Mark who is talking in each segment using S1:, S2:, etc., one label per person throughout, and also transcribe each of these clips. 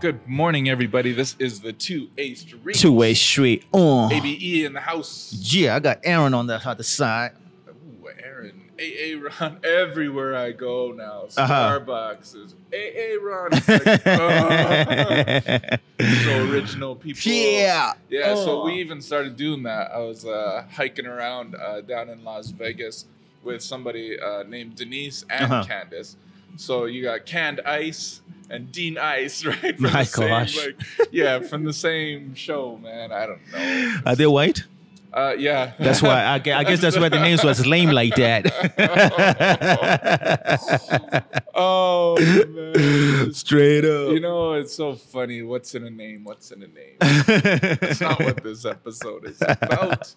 S1: Good morning, everybody. This is the two A street.
S2: Two way street. Oh.
S1: ABE E in the house.
S2: Yeah, I got Aaron on the other side.
S1: Ooh, Aaron. AA Ron everywhere I go now.
S2: Uh-huh.
S1: Starbucks is AA Ron. It's like, oh. so original people.
S2: yeah.
S1: Yeah, so
S2: Oh.
S1: we even started doing that. I was uh, hiking around uh, down in Las Vegas with somebody uh, named Denise and
S2: Uh-huh.
S1: Candace. So you got Canned Ice and Dean Ice, right? From
S2: My
S1: the same,
S2: gosh.
S1: like- yeah, from the same show, man. I don't know.
S2: Are they white?
S1: Uh, yeah.
S2: That's why I, gue- I guess that's why the names was lame like that.
S1: oh, man.
S2: Straight up.
S1: You know, it's so funny. What's in a name? What's in a name? That's not what this episode is about.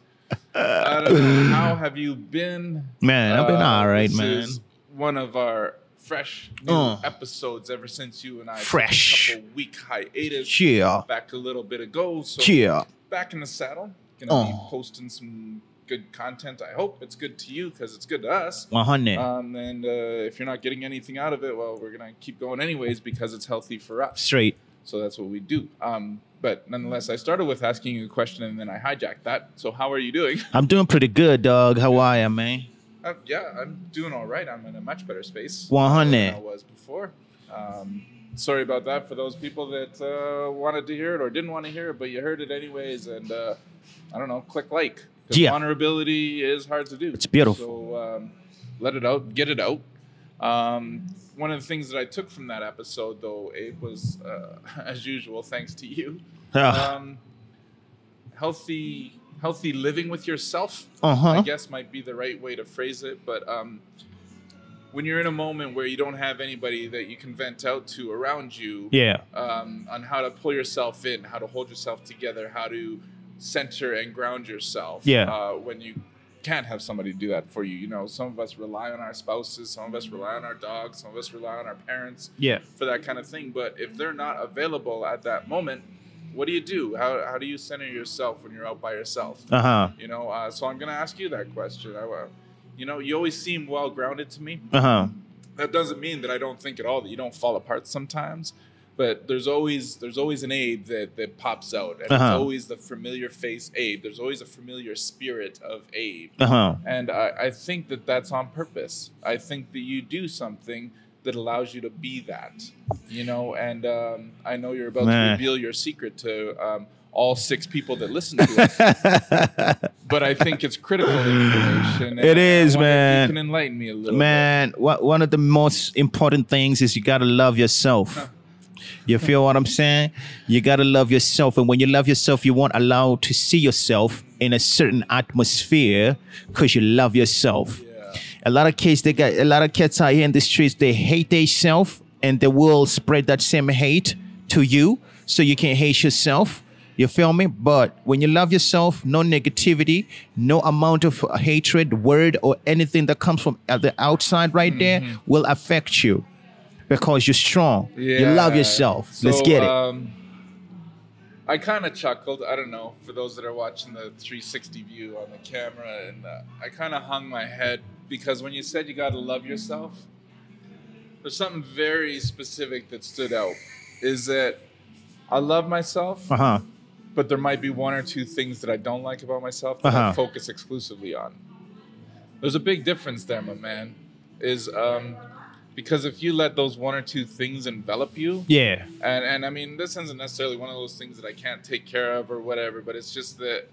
S1: I don't know. How have you been?
S2: man, I've been
S1: Uh,
S2: all right,
S1: this
S2: man.
S1: is one of our fresh new
S2: Uh.
S1: episodes ever since you and I took
S2: Fresh.
S1: a couple week hiatus
S2: Yeah.
S1: back a little bit ago. So
S2: Yeah.
S1: back in the saddle, gonna
S2: Oh.
S1: be posting some good content. I hope it's good to you because it's good to us.
S2: 100.
S1: Um, and uh, if you're not getting anything out of it, well, we're gonna keep going anyways because it's healthy for us.
S2: Straight.
S1: So that's what we do. Um, but nonetheless, I started with asking you a question and then I hijacked that. So how are you doing?
S2: I'm doing pretty good, dog. How are you, man?
S1: Uh, yeah, I'm doing all right. I'm in a much better space than I
S2: 100.
S1: was before. Um, sorry about that for those people that uh, wanted to hear it or didn't want to hear it, but you heard it anyways. And uh, I don't know, click like. 'cause
S2: Yeah.
S1: Vulnerability is hard to do.
S2: It's beautiful.
S1: So um, let it out, get it out. Um, one of the things that I took from that episode, though, Abe, was uh, as usual, thanks to you,
S2: Uh
S1: um, healthy healthy living with yourself I
S2: huh.
S1: guess might be the right way to phrase it. But um, when you're in a moment where you don't have anybody that you can vent out to around you
S2: Yeah.
S1: um, on how to pull yourself in, how to hold yourself together, how to center and ground yourself
S2: Yeah.
S1: uh, when you can't have somebody do that for you. You know, some of us rely on our spouses, some of us rely on our dogs, some of us rely on our parents
S2: Yeah.
S1: for that kind of thing. But if they're not available at that moment, what do you do? How, how do you center yourself when you're out by yourself?
S2: Uh huh.
S1: You know, uh, so I'm going to ask you that question. I, uh, you know, you always seem well grounded to me.
S2: Uh huh.
S1: That doesn't mean that I don't think at all that you don't fall apart sometimes, but there's always there's always an Abe that that pops out, and
S2: Uh-huh.
S1: it's always the familiar face Abe. There's always a familiar spirit of Abe,
S2: Uh huh.
S1: and I, I think that that's on purpose. I think that you do something that allows you to be that, you know. And um, I know you're about
S2: Man.
S1: to reveal your secret to um, all six people that listen to us
S2: Uh-huh.
S1: but I think it's critical information. and
S2: It
S1: I
S2: is,
S1: wonder if
S2: man.
S1: You can enlighten me a little.
S2: Man, what, one of the most important things is you gotta love yourself. You feel what I'm saying? You gotta love yourself, and when you love yourself, you won't allow to see yourself in a certain atmosphere because you love yourself.
S1: Bit. Yeah.
S2: A lot of kids, they got a lot of kids out here in the streets. They hate themselves, and they will spread that same hate to you, so you can hate yourself. You feel me? But when you love yourself, no negativity, no amount of hatred, word, or anything that comes from uh, the outside right there will affect you because you're strong. You love
S1: Yeah.
S2: yourself. Let's
S1: So,
S2: get it.
S1: Um, I kind of chuckled. I don't know for those that are watching the 360 view on the camera, and uh, I kind of hung my head because when you said you got to love yourself, there's something very specific that stood out. Is that I love myself,
S2: uh huh.
S1: but there might be one or two things that I don't like about myself that I
S2: Uh-huh.
S1: focus exclusively on. There's a big difference there, my man. Is um, because if you let those one or two things envelop you,
S2: Yeah.
S1: and and I mean, this isn't necessarily one of those things that I can't take care of or whatever, but it's just that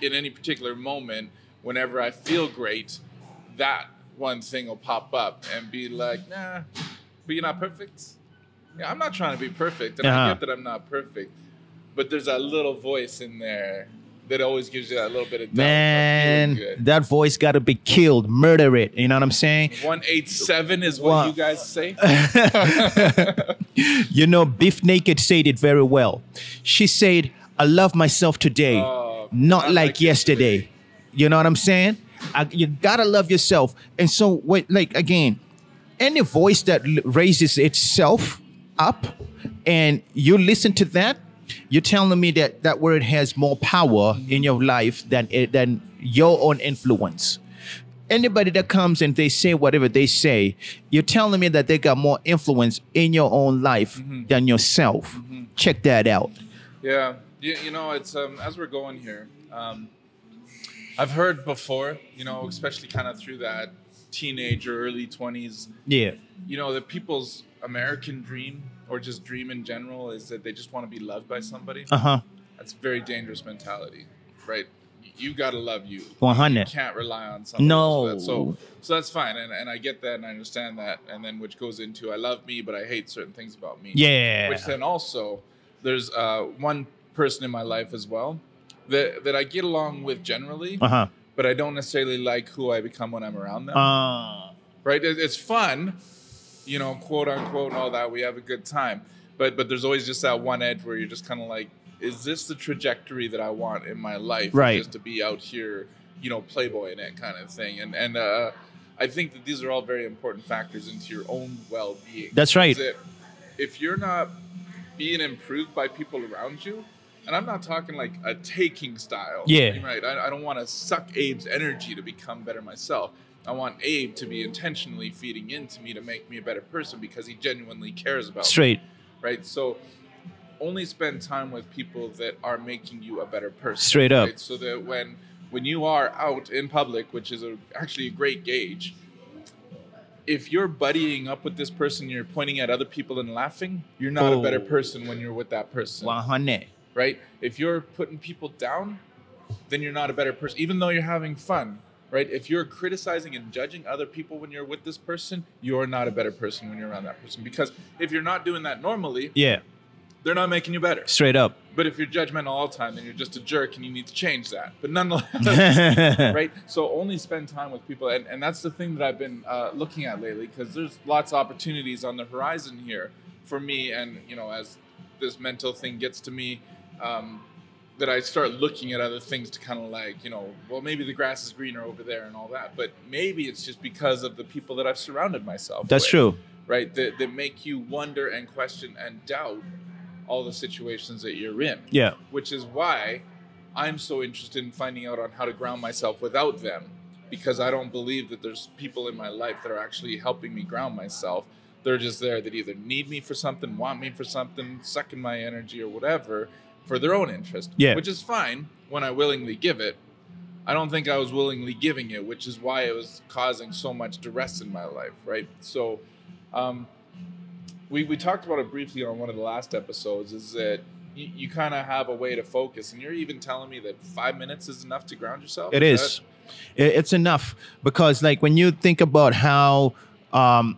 S1: in any particular moment, whenever I feel great, that one thing will pop up and be like, nah, but you're not perfect. Yeah, I'm not trying to be perfect, and I
S2: Uh-huh.
S1: get that I'm not perfect, but there's that little voice in there that always gives you that little bit of doubt.
S2: Man,
S1: of feeling good.
S2: that voice gotta be killed. Murder it. You know what I'm saying?
S1: 187 is what
S2: Wow.
S1: you guys say.
S2: You know, Biff Naked said it very well. She said, I love myself today,
S1: Oh, not
S2: not like,
S1: like
S2: yesterday.
S1: yesterday.
S2: You know what I'm saying? I, you gotta love yourself. And so, what, like, again, any voice that l- raises itself up and you listen to that, you're telling me that that word has more power in your life than, it- than your own influence anybody that comes and they say whatever they say, you're telling me that they got more influence in your own life than yourself. Check that out.
S1: Yeah, you, you know, it's um, as we're going here. Um, I've heard before, you know, especially kind of through that teenager, early twenties.
S2: Yeah.
S1: You know, that people's American dream or just dream in general is that they just want to be loved by somebody.
S2: Uh huh.
S1: That's very dangerous mentality, right? You gotta love you.
S2: One
S1: You
S2: hundred.
S1: can't rely on something.
S2: No.
S1: So, so that's fine, and, and I get that, and I understand that, and then which goes into I love me, but I hate certain things about me.
S2: Yeah.
S1: Which then also, there's uh, one person in my life as well that that I get along with generally,
S2: Uh huh.
S1: but I don't necessarily like who I become when I'm around them.
S2: Uh,
S1: right? It, it's fun, you know, quote unquote, and all that. We have a good time, but but there's always just that one edge where you're just kind of like, is this the trajectory that I want in my life?
S2: Right.
S1: Just to be out here, you know, playboy and that kind of thing, and and. uh I think that these are all very important factors into your own well-being
S2: that's right.
S1: is that if you're not being improved by people around you, and I'm not talking like a taking style.
S2: Yeah.
S1: Right. I, I don't want to suck Abe's energy to become better myself. I want Abe to be intentionally feeding into me to make me a better person because he genuinely cares about me.
S2: Straight.
S1: Right. So only spend time with people that are making you a better person.
S2: Straight up.
S1: Right? So that when when you are out in public, which is a, actually a great gauge, if you're buddying up with this person, you're pointing at other people and laughing, you're not a better
S2: Oh.
S1: person when you're with that person.
S2: One hundred.
S1: Right? If you're putting people down, then you're not a better person, even though you're having fun. Right? If you're criticizing and judging other people when you're with this person, you're not a better person when you're around that person. Because if you're not doing that normally,
S2: Yeah.
S1: they're not making you better.
S2: Straight up.
S1: But if you're judgmental all the time, then you're just a jerk and you need to change that. But nonetheless,
S2: right.
S1: right? So only spend time with people. And, and that's the thing that I've been uh, looking at lately because there's lots of opportunities on the horizon here for me. And, you know, as this mental thing gets to me, um, that I start looking at other things to kind of like, you know, well, maybe the grass is greener over there and all that. But maybe it's just because of the people that I've surrounded myself
S2: That's
S1: with
S2: true.
S1: right? That, that make you wonder and question and doubt all the situations that you're in.
S2: Yeah.
S1: Which is why I'm so interested in finding out on how to ground myself without them, because I don't believe that there's people in my life that are actually helping me ground myself. They're just there that either need me for something, want me for something, sucking my energy or whatever for their own interest.
S2: Yeah.
S1: Which is fine when I willingly give it. I don't think I was willingly giving it, which is why it was causing so much duress in my life, right? So, um, we, we talked about it briefly on one of the last episodes is that you, you kind of have a way to focus and you're even telling me that five minutes is enough to ground yourself
S2: It is. It- it's enough because, like, when you think about how um,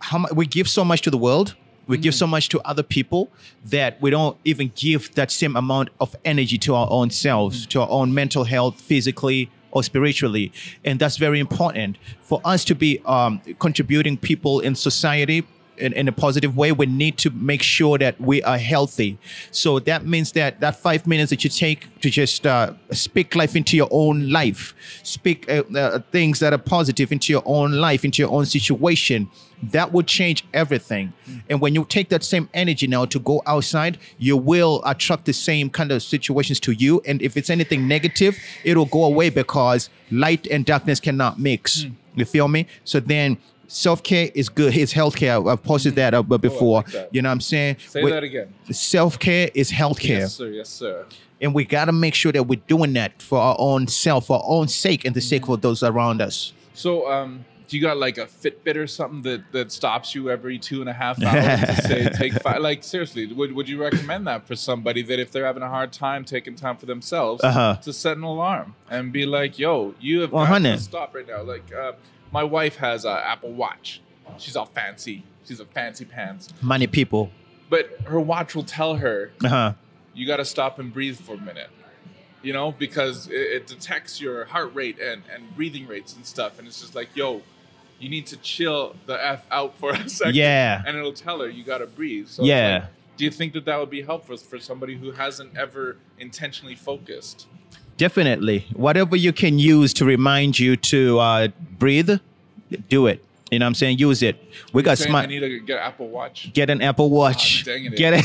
S2: how mu- we give so much to the world, we give so much to other people that we don't even give that same amount of energy to our own selves, to our own mental health, physically or spiritually, and that's very important for us to be um, contributing people in society. In, in a positive way, we need to make sure that we are healthy. So that means that that five minutes that you take to just uh, speak life into your own life, speak uh, uh, things that are positive into your own life, into your own situation, that will change everything. And when you take that same energy now to go outside, you will attract the same kind of situations to you. And if it's anything negative, it'll go away because light and darkness cannot mix. You feel me? So then self care is good. It's healthcare. I've posted that up before.
S1: Oh, that.
S2: You know what I'm saying?
S1: say
S2: We-
S1: that again
S2: self care is healthcare,
S1: yes sir yes sir
S2: and we gotta make sure that we're doing that for our own self, our own sake, and the sake of those around us.
S1: so um do you got like a fitbit or something that that stops you every two and a half hours to say take five like seriously would, would you recommend that for somebody that if they're having a hard time taking time for themselves
S2: Uh-huh.
S1: to set an alarm and be like yo you have got
S2: 100.
S1: to stop right now like uh, my wife has an apple watch she's all fancy she's a fancy pants
S2: Many people.
S1: but her watch will tell her
S2: Uh huh.
S1: you got to stop and breathe for a minute you know because it, it detects your heart rate and, and breathing rates and stuff and it's just like yo you need to chill the f out for a second
S2: Yeah.
S1: and it'll tell her you got to breathe so it's
S2: Yeah.
S1: like, do you think that that would be helpful for somebody who hasn't ever intentionally focused
S2: Definitely. Whatever you can use to remind you to uh, breathe, do it. You know what I'm saying? Use it. We got
S1: Saying i
S2: smart.
S1: need to get apple watch
S2: Get an Apple Watch.
S1: Ah, dang it.
S2: Get it.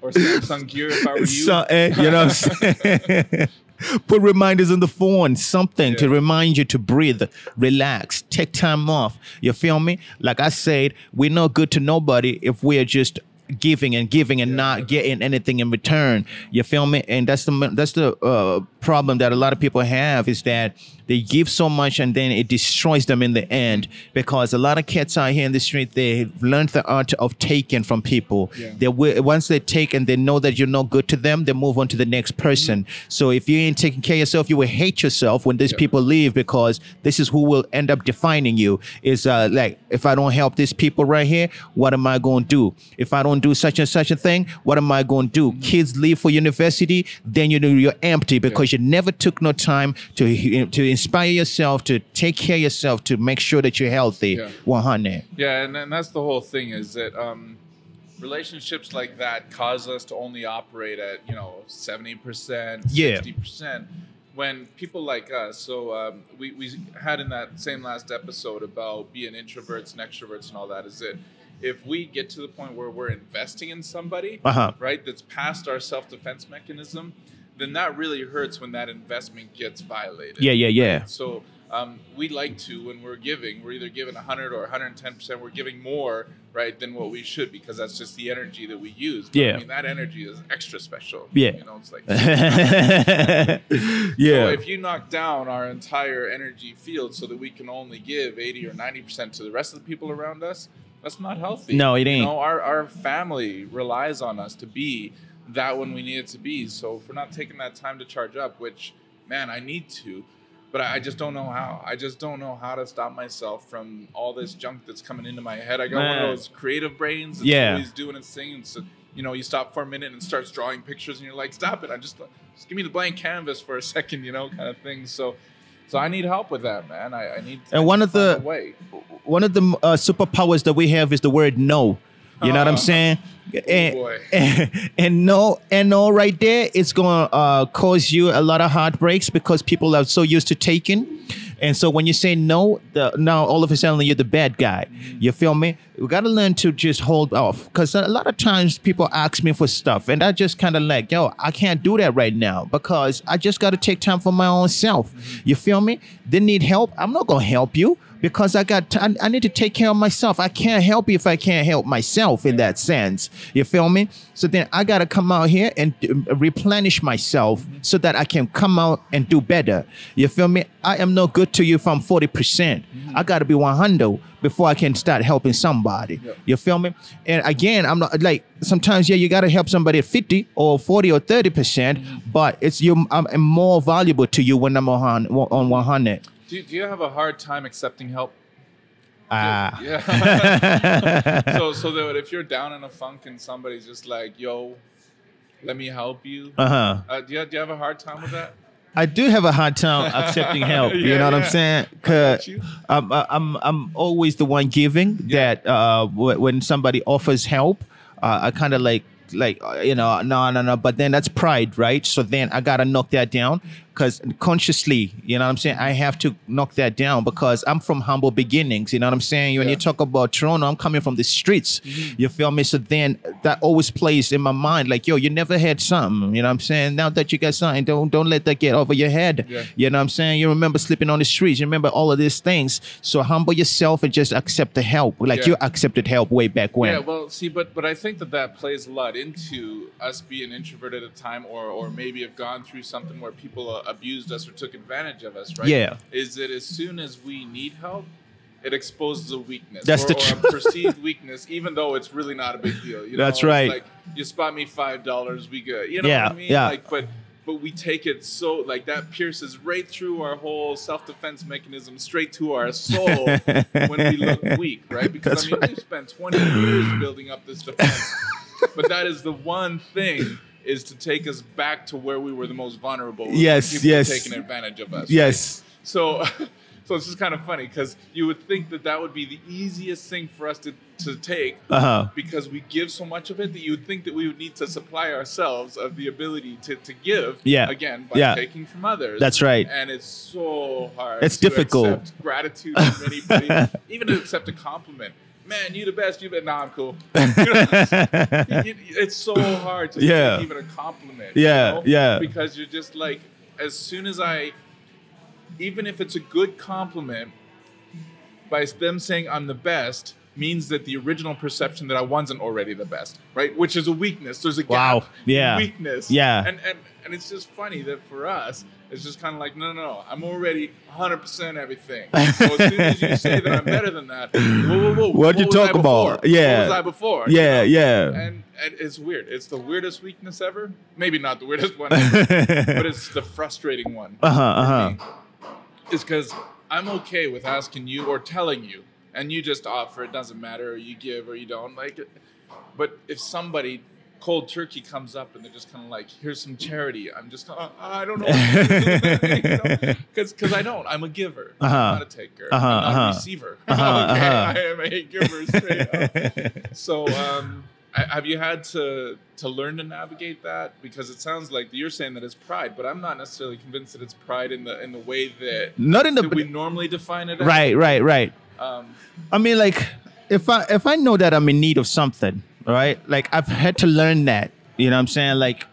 S1: or samsung gear if i were you
S2: so, eh, you know what I'm saying? Put reminders on the phone, something to remind you to breathe, relax, take time off. You feel me? Like I said, we're not good to nobody if we're just giving and giving and not getting anything in return. You feel me? And that's the that's the uh, problem that a lot of people have is that they give so much and then it destroys them in the end because a lot of cats out here in the street they learned the art of taking from people.
S1: Yeah.
S2: They will, once they take and they know that you're not good to them, they move on to the next person. So if you ain't taking care of yourself, you will hate yourself when these people leave because this is who will end up defining you. Is uh, like if I don't help these people right here, what am I going to do? If I don't do such and such a thing, what am I going to do? Kids leave for university, then you know you're empty because you never took no time to to inspire yourself, to take care of yourself, to make sure that you're healthy.
S1: Yeah.
S2: One hundred.
S1: Yeah, and, and that's the whole thing is that um, relationships like that cause us to only operate at, you know, 70%,
S2: Yeah.
S1: 60%. When people like us, so um, we, we had in that same last episode about being introverts and extroverts and all that, is that if we get to the point where we're investing in somebody,
S2: Uh huh.
S1: right, that's past our self defense mechanism, then that really hurts when that investment gets violated.
S2: Yeah, yeah, yeah.
S1: So um, we like to when we're giving, we're either giving 100 or 110 percent. We're giving more right than what we should because that's just the energy that we use. But,
S2: Yeah.
S1: I mean that energy is extra special.
S2: Yeah.
S1: you know it's like. So
S2: yeah.
S1: if you knock down our entire energy field so that we can only give 80 or 90% to the rest of the people around us, that's not healthy.
S2: No, it
S1: You
S2: ain't.
S1: know, our, our family relies on us to be that when we need it to be. So if we're not taking that time to charge up, which, man, I need to, but I I just don't know how. I just don't know how to stop myself from all this junk that's coming into my head. I got one
S2: Man.
S1: of those creative brains that's
S2: Yeah.
S1: always doing its thing. And so, you know, you stop for a minute and starts drawing pictures and you're like, stop it. I just, just give me the blank canvas for a second, you know, kind of thing. So, so I need help with that, man. I, I need.
S2: And one of the-
S1: way.
S2: one of the uh, superpowers that we have is the word no. You know what I'm saying? And,
S1: boy.
S2: and, no, and no, right there, it's gonna uh, cause you a lot of heartbreaks because people are so used to taking. And so when you say no, the, now all of a sudden you're the bad guy. You feel me? We gotta learn to just hold off because a lot of times people ask me for stuff, and I just kind of like, yo, I can't do that right now because I just gotta take time for my own self. You feel me? They need help. I'm not gonna help you because I got t- I, I need to take care of myself. I can't help you if I can't help myself in that sense. You feel me? So then I gotta come out here and uh, replenish myself so that I can come out and do better. You feel me? I am no good to you if I'm forty percent. I gotta be one hundred before I can start helping somebody.
S1: Yeah.
S2: You feel me? And again, I'm not like sometimes yeah, you gotta help somebody at fifty or forty or thirty percent, but it's you. I'm I'm more valuable to you when I'm on on one hundred.
S1: Do, do you have a hard time accepting help?
S2: Ah.
S1: Yeah. so so that if you're down in a funk and somebody's just like, yo, let me help you.
S2: Uh huh.
S1: Uh, do you do you have a hard time with that?
S2: I do have a hard time accepting help. you
S1: Yeah,
S2: know what
S1: yeah.
S2: I'm saying? Cause
S1: you.
S2: I'm, uh, I'm I'm always the one giving that uh, w- when somebody offers help, uh, I kind of like like uh, you know no no no. But then that's pride, right? So then I gotta knock that down because consciously, you know what I'm saying? I have to knock that down because I'm from humble beginnings. You know what I'm saying? When
S1: Yeah. Mm-hmm.
S2: you talk about Toronto, I'm coming from the streets. You feel me? So then that always plays in my mind, like, yo, you never had something. You know what I'm saying? Now that you got something, don't don't let that get over your head.
S1: Yeah.
S2: You know what I'm saying? You remember sleeping on the streets. You remember all of these things. So humble yourself and just accept the help. Like
S1: Yeah.
S2: you accepted help way back when.
S1: Yeah, well, see, but but I think that that plays a lot into us being introverted at a time, or or maybe have gone through something where people uh, abused us or took advantage of us, right?
S2: Yeah.
S1: Is that as soon as we need help, it exposes a weakness.
S2: That's
S1: or,
S2: the
S1: or
S2: tr-
S1: a perceived weakness, even though it's really not a big deal. You know?
S2: That's
S1: It's
S2: right.
S1: Like you spot me five dollars, we good. You know
S2: Yeah,
S1: what I mean?
S2: yeah.
S1: Like, but. But we take it so like that pierces right through our whole self-defense mechanism, straight to our soul when we look weak, right? Because
S2: That's
S1: I mean,
S2: right.
S1: we've spent 20 years building up this defense, but that is the one thing is to take us back to where we were the most vulnerable. when
S2: Yes,
S1: people were
S2: yes.
S1: taking advantage of us.
S2: Yes.
S1: So, so it's just kind of funny because you would think that that would be the easiest thing for us to to take.
S2: Uh huh.
S1: Because we give so much of it that you would think that we would need to supply ourselves of the ability to, to give
S2: Yeah.
S1: again by
S2: Yeah.
S1: taking from others.
S2: That's right.
S1: And it's so hard.
S2: It's
S1: to
S2: difficult.
S1: accept gratitude from anybody, even to accept a compliment. Man, you the best. You bet. Nah, I'm cool. You know, it's so hard to
S2: Yeah.
S1: give even a compliment.
S2: Yeah,
S1: you know?
S2: yeah.
S1: Because you're just like, as soon as I, even if it's a good compliment, by them saying I'm the best means that the original perception that I wasn't already the best, right? Which is a weakness. There's a
S2: Wow.
S1: gap.
S2: Yeah.
S1: Weakness.
S2: Yeah.
S1: And, and and it's just funny that for us, it's just kind of like, no, no, no, I'm already 100% everything. So as soon as you say that I'm better than that, whoa, whoa, whoa.
S2: What'd
S1: what was
S2: you
S1: I
S2: talk about?
S1: before?
S2: Yeah.
S1: What was I before?
S2: Yeah,
S1: And, and it's weird. It's the weirdest weakness ever. Maybe not the weirdest one, ever,
S2: yeah.
S1: but it's the frustrating one
S2: uh huh, uh huh.
S1: is because I'm okay with asking you or telling you, and you just offer. It doesn't matter, or you give, or you don't like it. But if somebody cold turkey comes up and they're just kind of like, "Here's some charity," I'm just, uh, I don't know, because because I don't. I'm a giver,
S2: Uh-huh.
S1: I'm not a taker,
S2: Uh-huh,
S1: I'm not
S2: uh-huh.
S1: a receiver.
S2: Uh-huh,
S1: okay,
S2: uh-huh.
S1: I am a giver straight up. So, um, I- have you had to to learn to navigate that? Because it sounds like you're saying that it's pride, but I'm not necessarily convinced that it's pride in the in the way that,
S2: Not in the
S1: that we normally define it. as.
S2: right, right, right.
S1: Um,
S2: I mean, like, if I if I know that I'm in need of something, right? Like, I've had to learn that. You know what I'm saying? Like,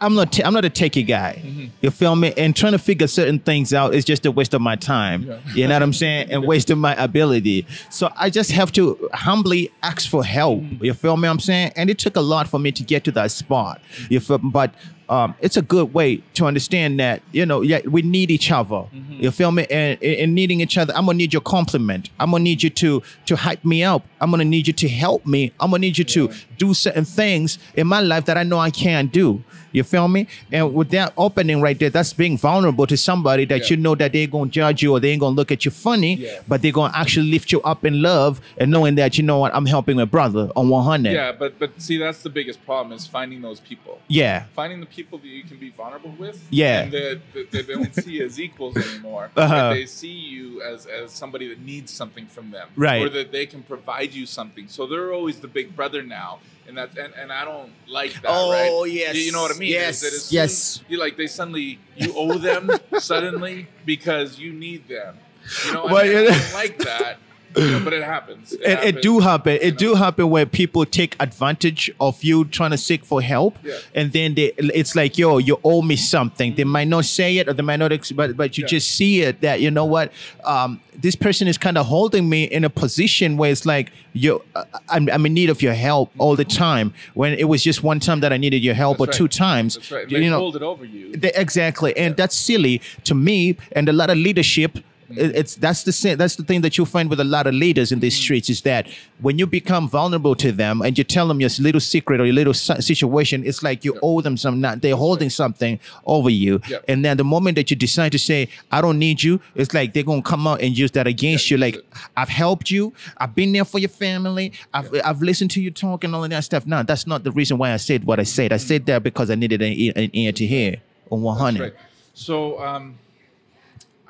S2: I'm not i I'm not a techie guy. You feel me? And trying to figure certain things out is just a waste of my time.
S1: Yeah.
S2: You know what I'm saying? And wasting my ability. So I just have to humbly ask for help. You feel me? I'm saying, and it took a lot for me to get to that spot. You feel? But um, it's a good way to understand that you know, yeah, we need each other.
S1: Mm-hmm.
S2: You feel me? And in needing each other, I'm gonna need your compliment. I'm gonna need you to to hype me up. I'm gonna need you to help me. I'm gonna need you to do certain things in my life that I know I can't do. You feel me? And with that opening right there, that's being vulnerable to somebody that
S1: Yeah.
S2: you know that they're gonna judge you or they ain't gonna look at you funny,
S1: Yeah.
S2: but they're gonna actually lift you up in love and knowing that you know what, I'm helping my brother on 100.
S1: yeah, but but see, that's the biggest problem is finding those people,
S2: Yeah.
S1: finding the people that you can be vulnerable with,
S2: Yeah.
S1: and that, that they don't see as equals anymore.
S2: Uh-huh.
S1: But they see you as as somebody that needs something from them,
S2: Right.
S1: Or that they can provide you something. So they're always the big brother now. And that, and, and I don't like that.
S2: Oh,
S1: right?
S2: yes.
S1: you, you know what I mean.
S2: Yes,
S1: Is that as soon-
S2: yes.
S1: You like they suddenly you owe them suddenly because you need them. You know, and
S2: Well,
S1: I
S2: yeah.
S1: don't like that. you know, but it happens. It,
S2: And it
S1: happens.
S2: do happen. It do happen where people take advantage of you trying to seek for help,
S1: Yeah.
S2: and then they it's like, yo, you owe me something. They might not say it, or they might not, ex- but but you
S1: Yeah.
S2: just see it that you know what, um, this person is kind of holding me in a position where it's like, yo, I- I'm, I'm in need of your help all the time. When it was just one time that I needed your help,
S1: That's
S2: or
S1: right.
S2: two times,
S1: That's right.
S2: you,
S1: They
S2: you know,
S1: hold it over you.
S2: they, exactly, and that's silly to me. And a lot of leadership, it- it's that's the sa- that's the thing that you find with a lot of leaders in these streets is that when you become vulnerable to them and you tell them your little secret or your little si- situation, it's like you owe them some. Not they're holding something over you,
S1: Yeah.
S2: and then the moment that you decide to say, "I don't need you," it's like they're gonna come out and use that against you. Like I've helped you, I've been there for your family, I've I've listened to you talk and all of that stuff. No, that's not the reason why I said what I said. I said that because I needed an ear, an ear to hear on one hundred.
S1: Right. So um,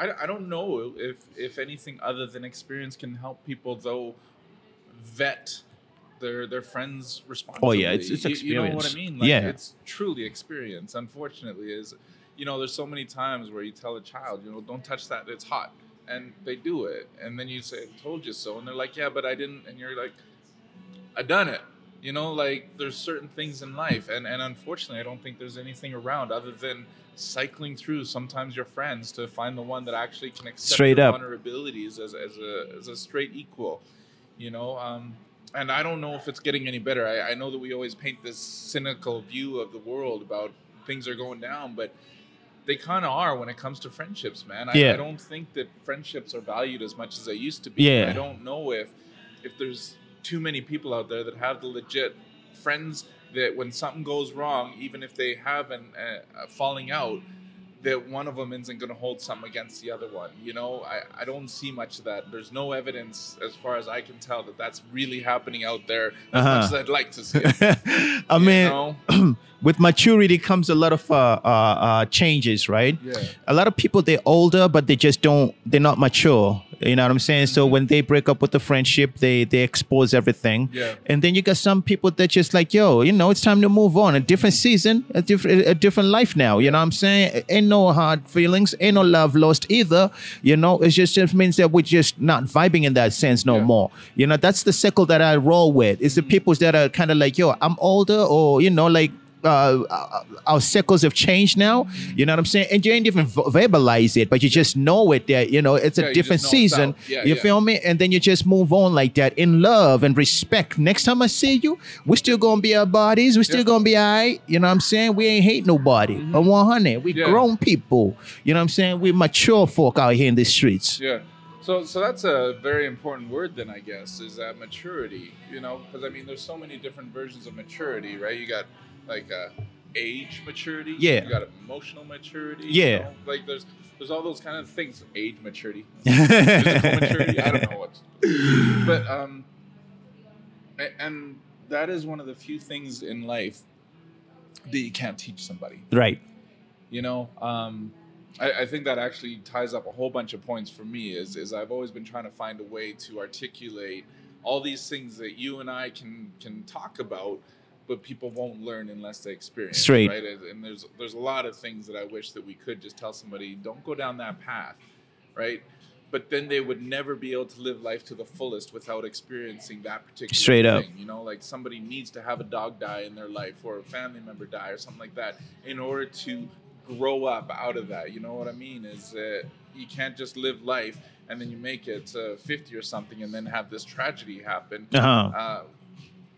S1: I, I don't know if if anything other than experience can help people though vet their their friends responsibly.
S2: Oh, it's- it's
S1: You- You know what
S2: experience.
S1: I mean? Like,
S2: Yeah.
S1: It's truly experience. Unfortunately, is you know there's so many times where you tell a child you know don't touch that it's hot and they do it and then you say told you so and they're like yeah but I didn't and you're like I done it. You know, like there's certain things in life, and and unfortunately, I don't think there's anything around other than cycling through sometimes your friends to find the one that actually can accept
S2: Straight
S1: your
S2: up.
S1: vulnerabilities as as a as a straight equal. You know, um, and I don't know if it's getting any better. I, I know that we always paint this cynical view of the world about things are going down, but they kind of are when it comes to friendships, man. I,
S2: Yeah.
S1: I don't think that friendships are valued as much as they used to be.
S2: Yeah.
S1: I don't know if if there's too many people out there that have the legit friends that when something goes wrong, even if they have an uh, a falling out, that one of them isn't going to hold something against the other one. You know, I, I don't see much of that. There's no evidence, as far as I can tell, that that's really happening out there as
S2: Uh-huh.
S1: much as I'd like to see it.
S2: I
S1: you
S2: mean,
S1: know?
S2: with maturity comes a lot of uh, uh, uh, changes, right?
S1: Yeah.
S2: A lot of people they're older, but they just don't. They're not mature. You know what I'm saying? So
S1: Mm-hmm.
S2: when they break up with the friendship, they they expose everything.
S1: Yeah.
S2: And then you got some people that just like, yo, you know, it's time to move on. A different season, a different a different life now. You know what I'm saying? Ain't no hard feelings, ain't no love lost either. You know, it just, just means that we're just not vibing in that sense no
S1: Yeah. Mm-hmm.
S2: more. You know, that's the circle that I roll with. Is the people that are kind of like, yo, I'm older, or you know, like uh, our- our circles have changed now.
S1: Mm-hmm.
S2: You know what I'm saying? And you ain't even v- verbalize it, but you just know it that, you know, it's
S1: Yeah,
S2: a
S1: you
S2: different
S1: just know it's
S2: season.
S1: out. Yeah,
S2: you
S1: yeah.
S2: feel me? And then you just move on like that in love and respect. Next time I see you, we still going to be our bodies. we still
S1: Yeah.
S2: going to be all right. You know what I'm saying? We ain't hate nobody. On 100, we
S1: Mm-hmm. Yeah.
S2: grown people. You know what I'm saying? We mature folk out here in the streets.
S1: Yeah. So, so that's a very important word then, I guess, is that maturity, you know, because I mean, there's so many different versions of maturity, right? You got like uh, age maturity.
S2: Yeah.
S1: You got emotional maturity. you
S2: Yeah.
S1: know, Like there's, there's all those kind of things. Age maturity. physical maturity. I don't
S2: yeah.
S1: know what's, but um, a- and that is one of the few things in life that you can't teach somebody.
S2: Right.
S1: You know, um, I, I think that actually ties up a whole bunch of points for me. Is is I've always been trying to find a way to articulate all these things that you and I can can talk about, but people won't learn unless they experience.
S2: Straight.
S1: Right. And and there's there's a lot of things that I wish that we could just tell somebody, don't go down that path, right? But then they would never be able to live life to the fullest without experiencing that particular
S2: Straight up.
S1: thing. You know, like somebody needs to have a dog die in their life or a family member die or something like that in order to grow up out of that. You know what I mean? Is that you can't just live life and then you make it to 50 or something and then have this tragedy happen.
S2: Uh-huh.
S1: Uh,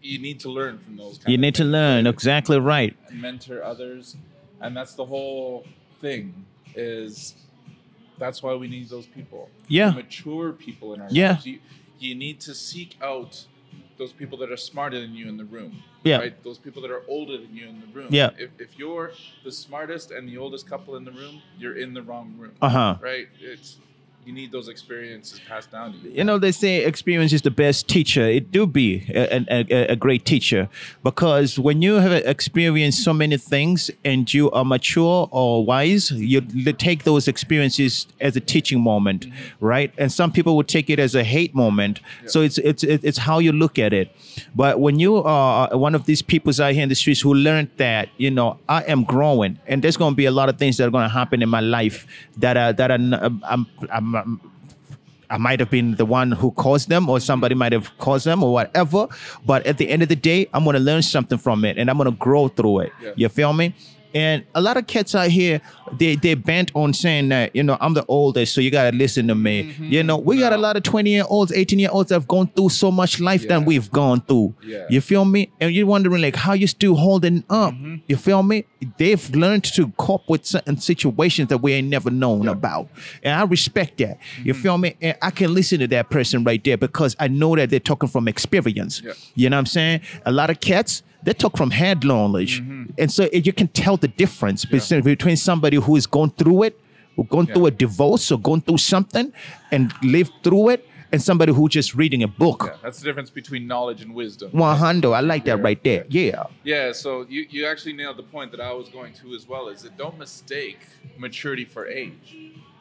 S1: you need to learn from those. Kind
S2: You
S1: of
S2: need to
S1: things,
S2: learn.
S1: right?
S2: Exactly right.
S1: and mentor others and that's the whole thing is that's why we need those people
S2: Yeah.
S1: mature people in our
S2: Yeah.
S1: lives you, you need to seek out those people that are smarter than you in the room
S2: Yeah.
S1: right those people that are older than you in the room
S2: Yeah.
S1: if, if you're the smartest and the oldest couple in the room you're in the wrong room
S2: Uh huh.
S1: right it's you need those experiences passed down to you
S2: you know they say experience is the best teacher it do be a, a- a, a great teacher because when you have experienced so many things and you are mature or wise you l- take those experiences as a teaching moment right and some people would take it as a hate moment so it's it's it's it's how you look at it but when you are uh, one of these people out here in the streets who learned that you know i am growing and there's going to be a lot of things that are going to happen in my life that are that are n- um, I'm, I'm, I'm I might have been the one who caused them, or somebody might have caused them, or whatever. But at the end of the day, I'm gonna learn something from it, and I'm gonna grow through it.
S1: Yeah.
S2: You feel me? And a lot of cats out here, they they bent on saying that you know I'm the oldest, so you gotta listen to me.
S1: Mm-hmm.
S2: You know, we got a
S1: No.
S2: lot of 20 year olds, 18 year olds that have gone through so much life that
S1: Yeah.
S2: we've gone through.
S1: Yeah.
S2: You feel me? And you're wondering like how you still holding up.
S1: Mm-hmm.
S2: You feel me? They've learned to cope with certain situations that we ain't never known about. And I respect that.
S1: Mm-hmm.
S2: You feel me? And I can listen to that person right there because I know that they're talking from experience.
S1: Yeah.
S2: You know what I'm saying? A lot of cats, they talk from head knowledge.
S1: Mm-hmm.
S2: And so it, you can tell the difference between, between somebody who is going through it, who gone through a divorce or gone through something and lived through it, and somebody who just reading a book.
S1: yeah, that's the difference between knowledge and wisdom
S2: One hundred. I like that right there. Yeah.
S1: Yeah, so you, you actually nailed the point that I was going to as well is that don't mistake maturity for age,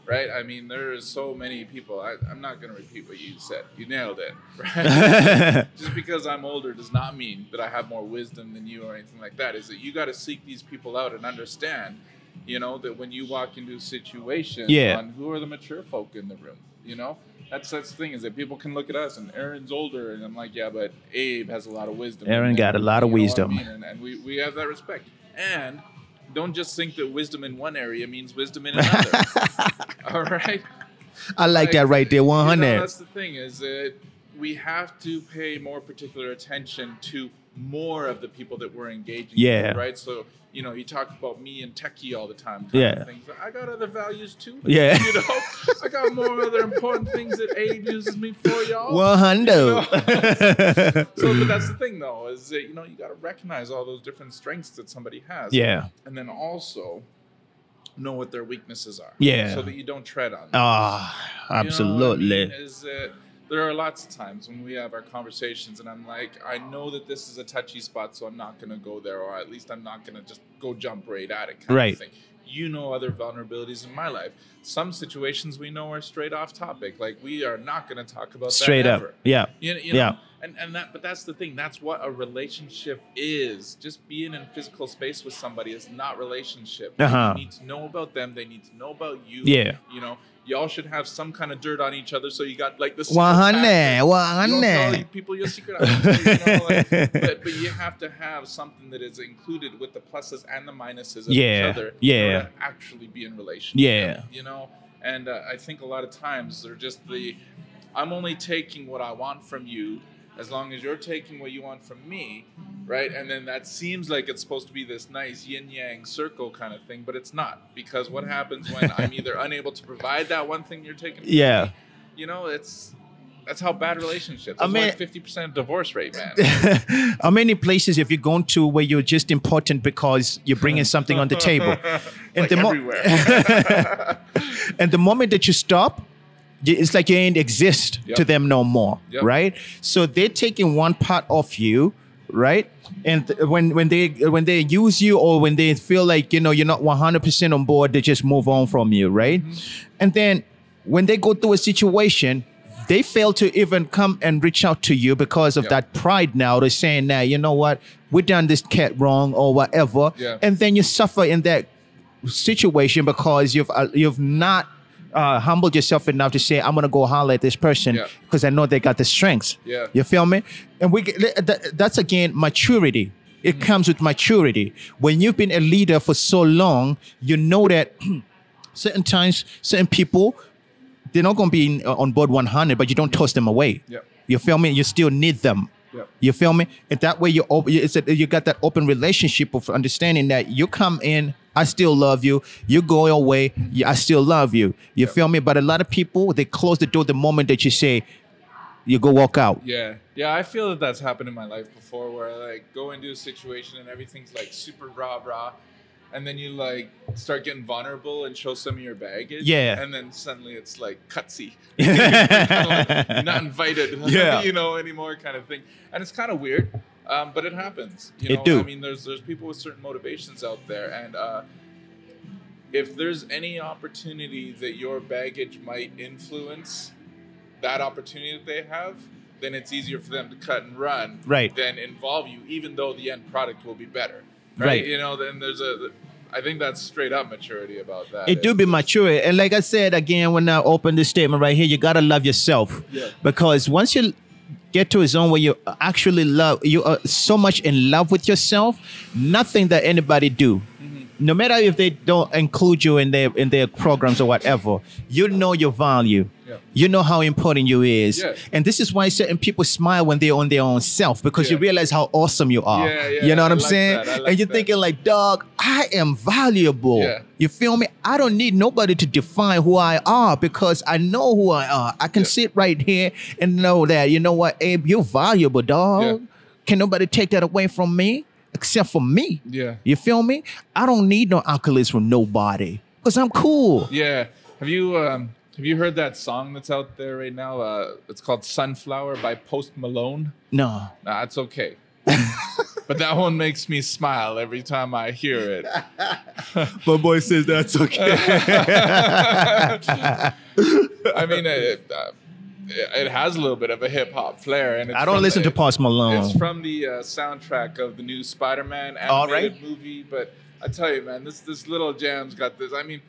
S1: right? I mean, there are so many people. I, I'm not going to repeat what you said. You nailed it, right? Just because I'm older does not mean that I have more wisdom than you or anything like that. Is that you got to seek these people out and understand, you know, that when you walk into a situation,
S2: Yeah.
S1: on who are the mature folk in the room, you know? That's, that's the thing is that people can look at us and Aaron's older and I'm like yeah but Abe has a lot of wisdom.
S2: Aaron
S1: in there."
S2: got a lot of
S1: You know what I
S2: wisdom.
S1: mean? and, and we, we have that respect. And don't just think that wisdom in one area means wisdom in another. All right,
S2: I like that right there. One
S1: You know,
S2: hundred.
S1: that's the thing is that we have to pay more particular attention to more of the people that we're engaging.
S2: Yeah.
S1: with, right. So you know, you talk about me and techie all the time. Kind
S2: Yeah.
S1: of things. I got other values too.
S2: Yeah.
S1: You know, I got more other important things that Abe uses me for, y'all.
S2: One hundred.
S1: So, but that's the thing, though, is that you know you got to recognize all those different strengths that somebody has.
S2: Yeah.
S1: and then also know what their weaknesses are.
S2: Yeah.
S1: so that you don't tread on. them.
S2: Ah,
S1: You know what I mean?
S2: absolutely.
S1: Is that there are lots of times when we have our conversations, and I'm like, I know that this is a touchy spot, so I'm not going to go there, or at least I'm not going to just go jump right at it. Kind
S2: Right.
S1: Of thing. You know other vulnerabilities in my life. Some situations we know are straight off topic. Like we are not going to talk about
S2: Straight
S1: that
S2: up.
S1: ever.
S2: Yeah.
S1: You, you know?
S2: Yeah.
S1: and and that but that's the thing that's what a relationship is just being in physical space with somebody is not relationship
S2: Uh-huh.
S1: you need to know about them they need to know about you
S2: Yeah.
S1: you know y'all should have some kind of dirt on each other so you got like this
S2: Wahane,
S1: you don't
S2: wahane.
S1: tell people your secret identity, you know, like, but, but you have to have something that is included with the pluses and the minuses of
S2: Yeah,
S1: each other
S2: yeah.
S1: in order to actually be in relationship
S2: Yeah.
S1: you know and uh, i think a lot of times they're just the i'm only taking what i want from you as long as you're taking what you want from me right and then that seems like it's supposed to be this nice yin yang circle kind of thing but it's not because what happens when i'm either unable to provide that one thing you're taking from
S2: Yeah.
S1: you know, it's that's how bad relationships.
S2: I
S1: That's
S2: mean-
S1: like fifty percent divorce rate, man.
S2: How many places have you gone to where you're just important because you're bringing something on the table?
S1: like
S2: the mo-
S1: everywhere.
S2: And the moment that you stop, y- it's like you ain't exist
S1: Yep.
S2: to them no more,
S1: Yep.
S2: right? So they're taking one part of you, right? And th- when when they when they use you or when they feel like you know you're not 100% on board, they just move on from you, right?
S1: Mm-hmm.
S2: And then when they go through a situation, they fail to even come and reach out to you because of
S1: Yep.
S2: that pride. Now they're saying, "Now you know what? We done this cat wrong or whatever,"
S1: Yeah.
S2: and then you suffer in that situation because you've uh, you've not uh, humbled yourself enough to say I'm gonna go holler at this person
S1: Yeah.
S2: because I know they got the strengths.
S1: Yeah.
S2: you feel me? And we get- that, that's again maturity.
S1: Mm.
S2: It comes with maturity. When you've been a leader for so long, you know that certain times, certain people, they're not gonna be in, uh, on board 100, but you don't toss them away.
S1: Yeah.
S2: You feel me? You still need them.
S1: Yep.
S2: You feel me? And that way, you op- it's a, you got that open relationship of understanding that you come in, I still love you. You go your way, yeah, I still love you. You feel me? But a lot of people they close the door the moment that you say, you go walk out.
S1: yeah, yeah. I feel that that's happened in my life before, where I like go into a situation and everything's like super rah rah, and then you like start getting vulnerable and show some of your baggage.
S2: Yeah.
S1: and then suddenly it's like cutsy.
S2: Yeah.
S1: not invited.
S2: Yeah.
S1: you know anymore kind of thing, and it's kind of weird, um, but it happens. You
S2: It
S1: know,
S2: do.
S1: I mean, there's there's people with certain motivations out there, and uh, if there's any opportunity that your baggage might influence that opportunity that they have, then it's easier for them to cut and run
S2: Right.
S1: than involve you, even though the end product will be better.
S2: Right.
S1: You know, then there's a. I think that's straight up maturity about that.
S2: It do be mature. And like I said again, when I opened this statement right here, you gotta love yourself.
S1: Yeah.
S2: Because once you get to a zone where you actually love, you are so much in love with yourself, nothing that anybody do.
S1: Mm-hmm.
S2: No matter if they don't include you in their in their programs or whatever, you know your value.
S1: Yeah.
S2: You know how important you is,
S1: Yeah.
S2: and this is why certain people smile when they're on their own self because you
S1: Yeah.
S2: realize how awesome you are.
S1: Yeah, yeah,
S2: you know what
S1: I
S2: I'm
S1: like
S2: saying?
S1: that, I
S2: and
S1: like
S2: you're
S1: that.
S2: thinking like, "Dog, I am valuable."
S1: Yeah.
S2: You feel me? I don't need nobody to define who I are because I know who I are. I can
S1: Yeah.
S2: sit right here and know that, you know what, Abe, you're valuable, dog.
S1: Yeah.
S2: Can nobody take that away from me except for me?
S1: Yeah.
S2: You feel me? I don't need no accolades from nobody because I'm cool.
S1: Yeah. Have you um have you heard that song that's out there right now? Uh it's called Sunflower by Post Malone.
S2: No.
S1: Nah, it's okay. but that one makes me smile every time I hear it.
S2: My boy says that's okay.
S1: I mean, it, uh, it has a little bit of a hip hop flair, and it's
S2: I don't
S1: from
S2: listen
S1: the,
S2: to Post Malone.
S1: It's from the uh, soundtrack of the new Spider-Man animated
S2: All right.
S1: movie. But I tell you, man, this this little jam's got this. I mean,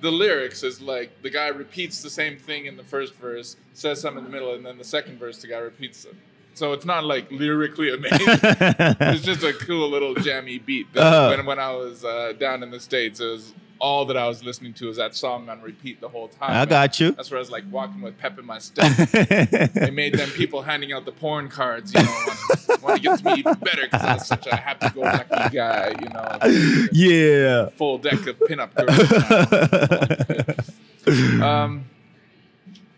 S1: the lyrics is like the guy repeats the same thing in the first verse, says something in the middle, and then the second verse the guy repeats it. So it's not like lyrically amazing. it's just a cool little jammy beat. That
S2: Uh-huh.
S1: when, when I was uh, down in the states, it was all that I was listening to was that song on repeat the whole time.
S2: I got you.
S1: That's where I was like walking with pep in my step they made them people handing out the porn cards, you know, want, want to get to me even better because I was such a happy-go-lucky guy, you know,
S2: yeah.
S1: full deck of pinup girls. now. um,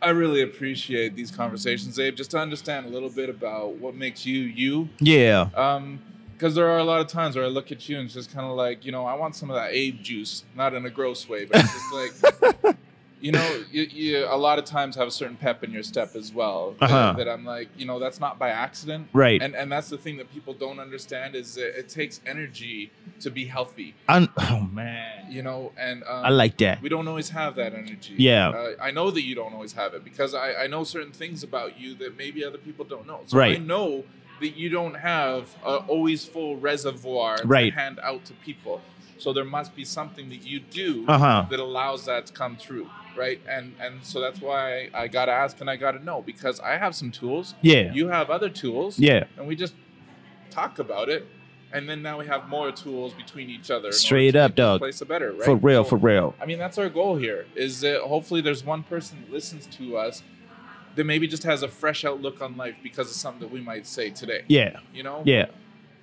S1: I really appreciate these conversations, Abe, just to understand a little bit about what makes you you.
S2: Yeah.
S1: Um, because there are a lot of times where I look at you and it's just kind of like, you know, I want some of that Abe juice, not in a gross way, but it's just like, you know, you, you a lot of times have a certain pep in your step as well.
S2: Uh-huh.
S1: uh, That I'm like, you know, that's not by accident,
S2: Right.
S1: And and that's the thing that people don't understand is that it takes energy to be healthy,
S2: And oh man,
S1: you know, and um,
S2: I like that.
S1: we don't always have that energy.
S2: Yeah.
S1: Uh, I know that you don't always have it because I, I know certain things about you that maybe other people don't know. So
S2: Right.
S1: I know that you don't have a always full reservoir
S2: Right.
S1: to hand out to people. So there must be something that you do
S2: Uh huh.
S1: that allows that to come through, right? And and so that's why I got to ask and I got to know because I have some tools.
S2: Yeah.
S1: You have other tools.
S2: Yeah.
S1: And we just talk about it. And then now we have more tools between each other. in order
S2: Straight
S1: to
S2: up,
S1: make this
S2: dog.
S1: Place a better, right?
S2: For real.
S1: So-
S2: For real.
S1: I mean, that's our goal here. Is that hopefully there's one person that listens to us that maybe just has a fresh outlook on life because of something that we might say today.
S2: Yeah.
S1: You know.
S2: Yeah.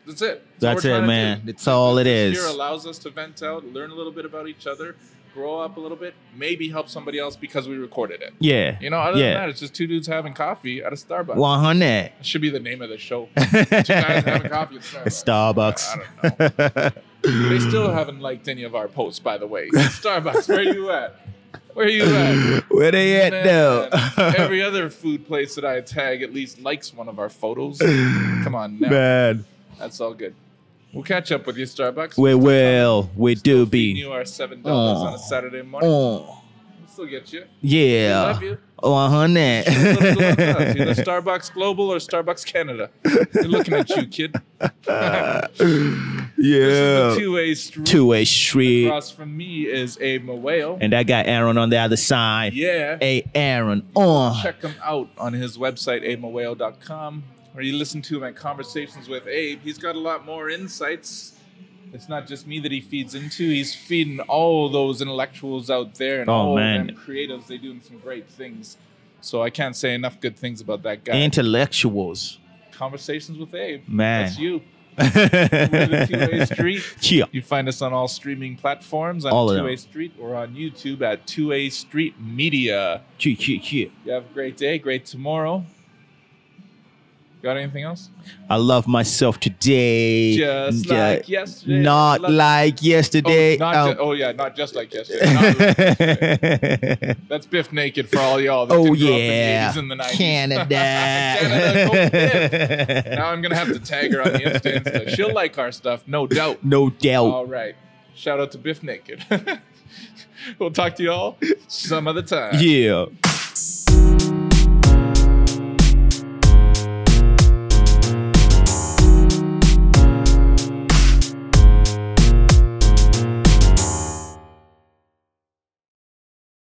S1: That's it.
S2: That's it, man. That's all it
S1: Here
S2: is.
S1: allows us to vent out, learn a little bit about each other, grow up a little bit, maybe help somebody else because we recorded it.
S2: Yeah.
S1: You know, other than
S2: Yeah.
S1: that, it's just two dudes having coffee at a Starbucks.
S2: One hundred.
S1: That should be the name of the show. two guys having coffee at Starbucks.
S2: Starbucks.
S1: I don't know. They still haven't liked any of our posts, by the way. Starbucks, where you at? Where you at?
S2: Where they at though?
S1: Man, Every other food place that I tag at least likes one of our photos. Come on now.
S2: Man,
S1: That's all good. We'll catch up with you, Starbucks.
S2: we will. We do
S1: Feeding
S2: be.
S1: you our seven dollars
S2: Aw.
S1: on a Saturday morning.
S2: Oh,
S1: We'll still get you. We
S2: yeah.
S1: love you.
S2: One hundred.
S1: Look to us, Either Starbucks Global or Starbucks Canada. They're looking at you, kid.
S2: Yeah.
S1: Two way street.
S2: Two way street,
S1: Across from me is Abe Maweo.
S2: and I got Aaron on the other side.
S1: Yeah.
S2: Hey, Aaron. Oh.
S1: check him out on his website abemawale.com or you listen to him at conversations with abe he's got a lot more insights it's not just me that he feeds into he's feeding all those intellectuals out there and
S2: Oh,
S1: all
S2: man.
S1: them creatives they're doing some great things so i can't say enough good things about that guy
S2: Intellectuals.
S1: conversations with abe
S2: Man.
S1: that's you We're the two-way
S2: yeah.
S1: street you find us on all streaming platforms on
S2: All of them.
S1: 2A Street or on YouTube at 2A Street Media.
S2: Chee, chee, chee.
S1: You have a great day, great tomorrow. Got anything else?
S2: I love myself today.
S1: Just
S2: Yeah.
S1: like yesterday.
S2: Not
S1: Love-
S2: like yesterday.
S1: Oh, not ju-
S2: Um,
S1: oh yeah, not just like yesterday. Not like yesterday. That's Biff Naked for all y'all. That
S2: oh
S1: didn't grow up in the
S2: yeah,
S1: 80s and the 90s.
S2: Canada.
S1: Canada, go Biff. now I'm gonna have to tag her on the Insta. Insta. She'll like our stuff, no doubt.
S2: no doubt.
S1: All right. Shout out to Biff Naked. we'll talk to y'all some other time.
S2: yeah.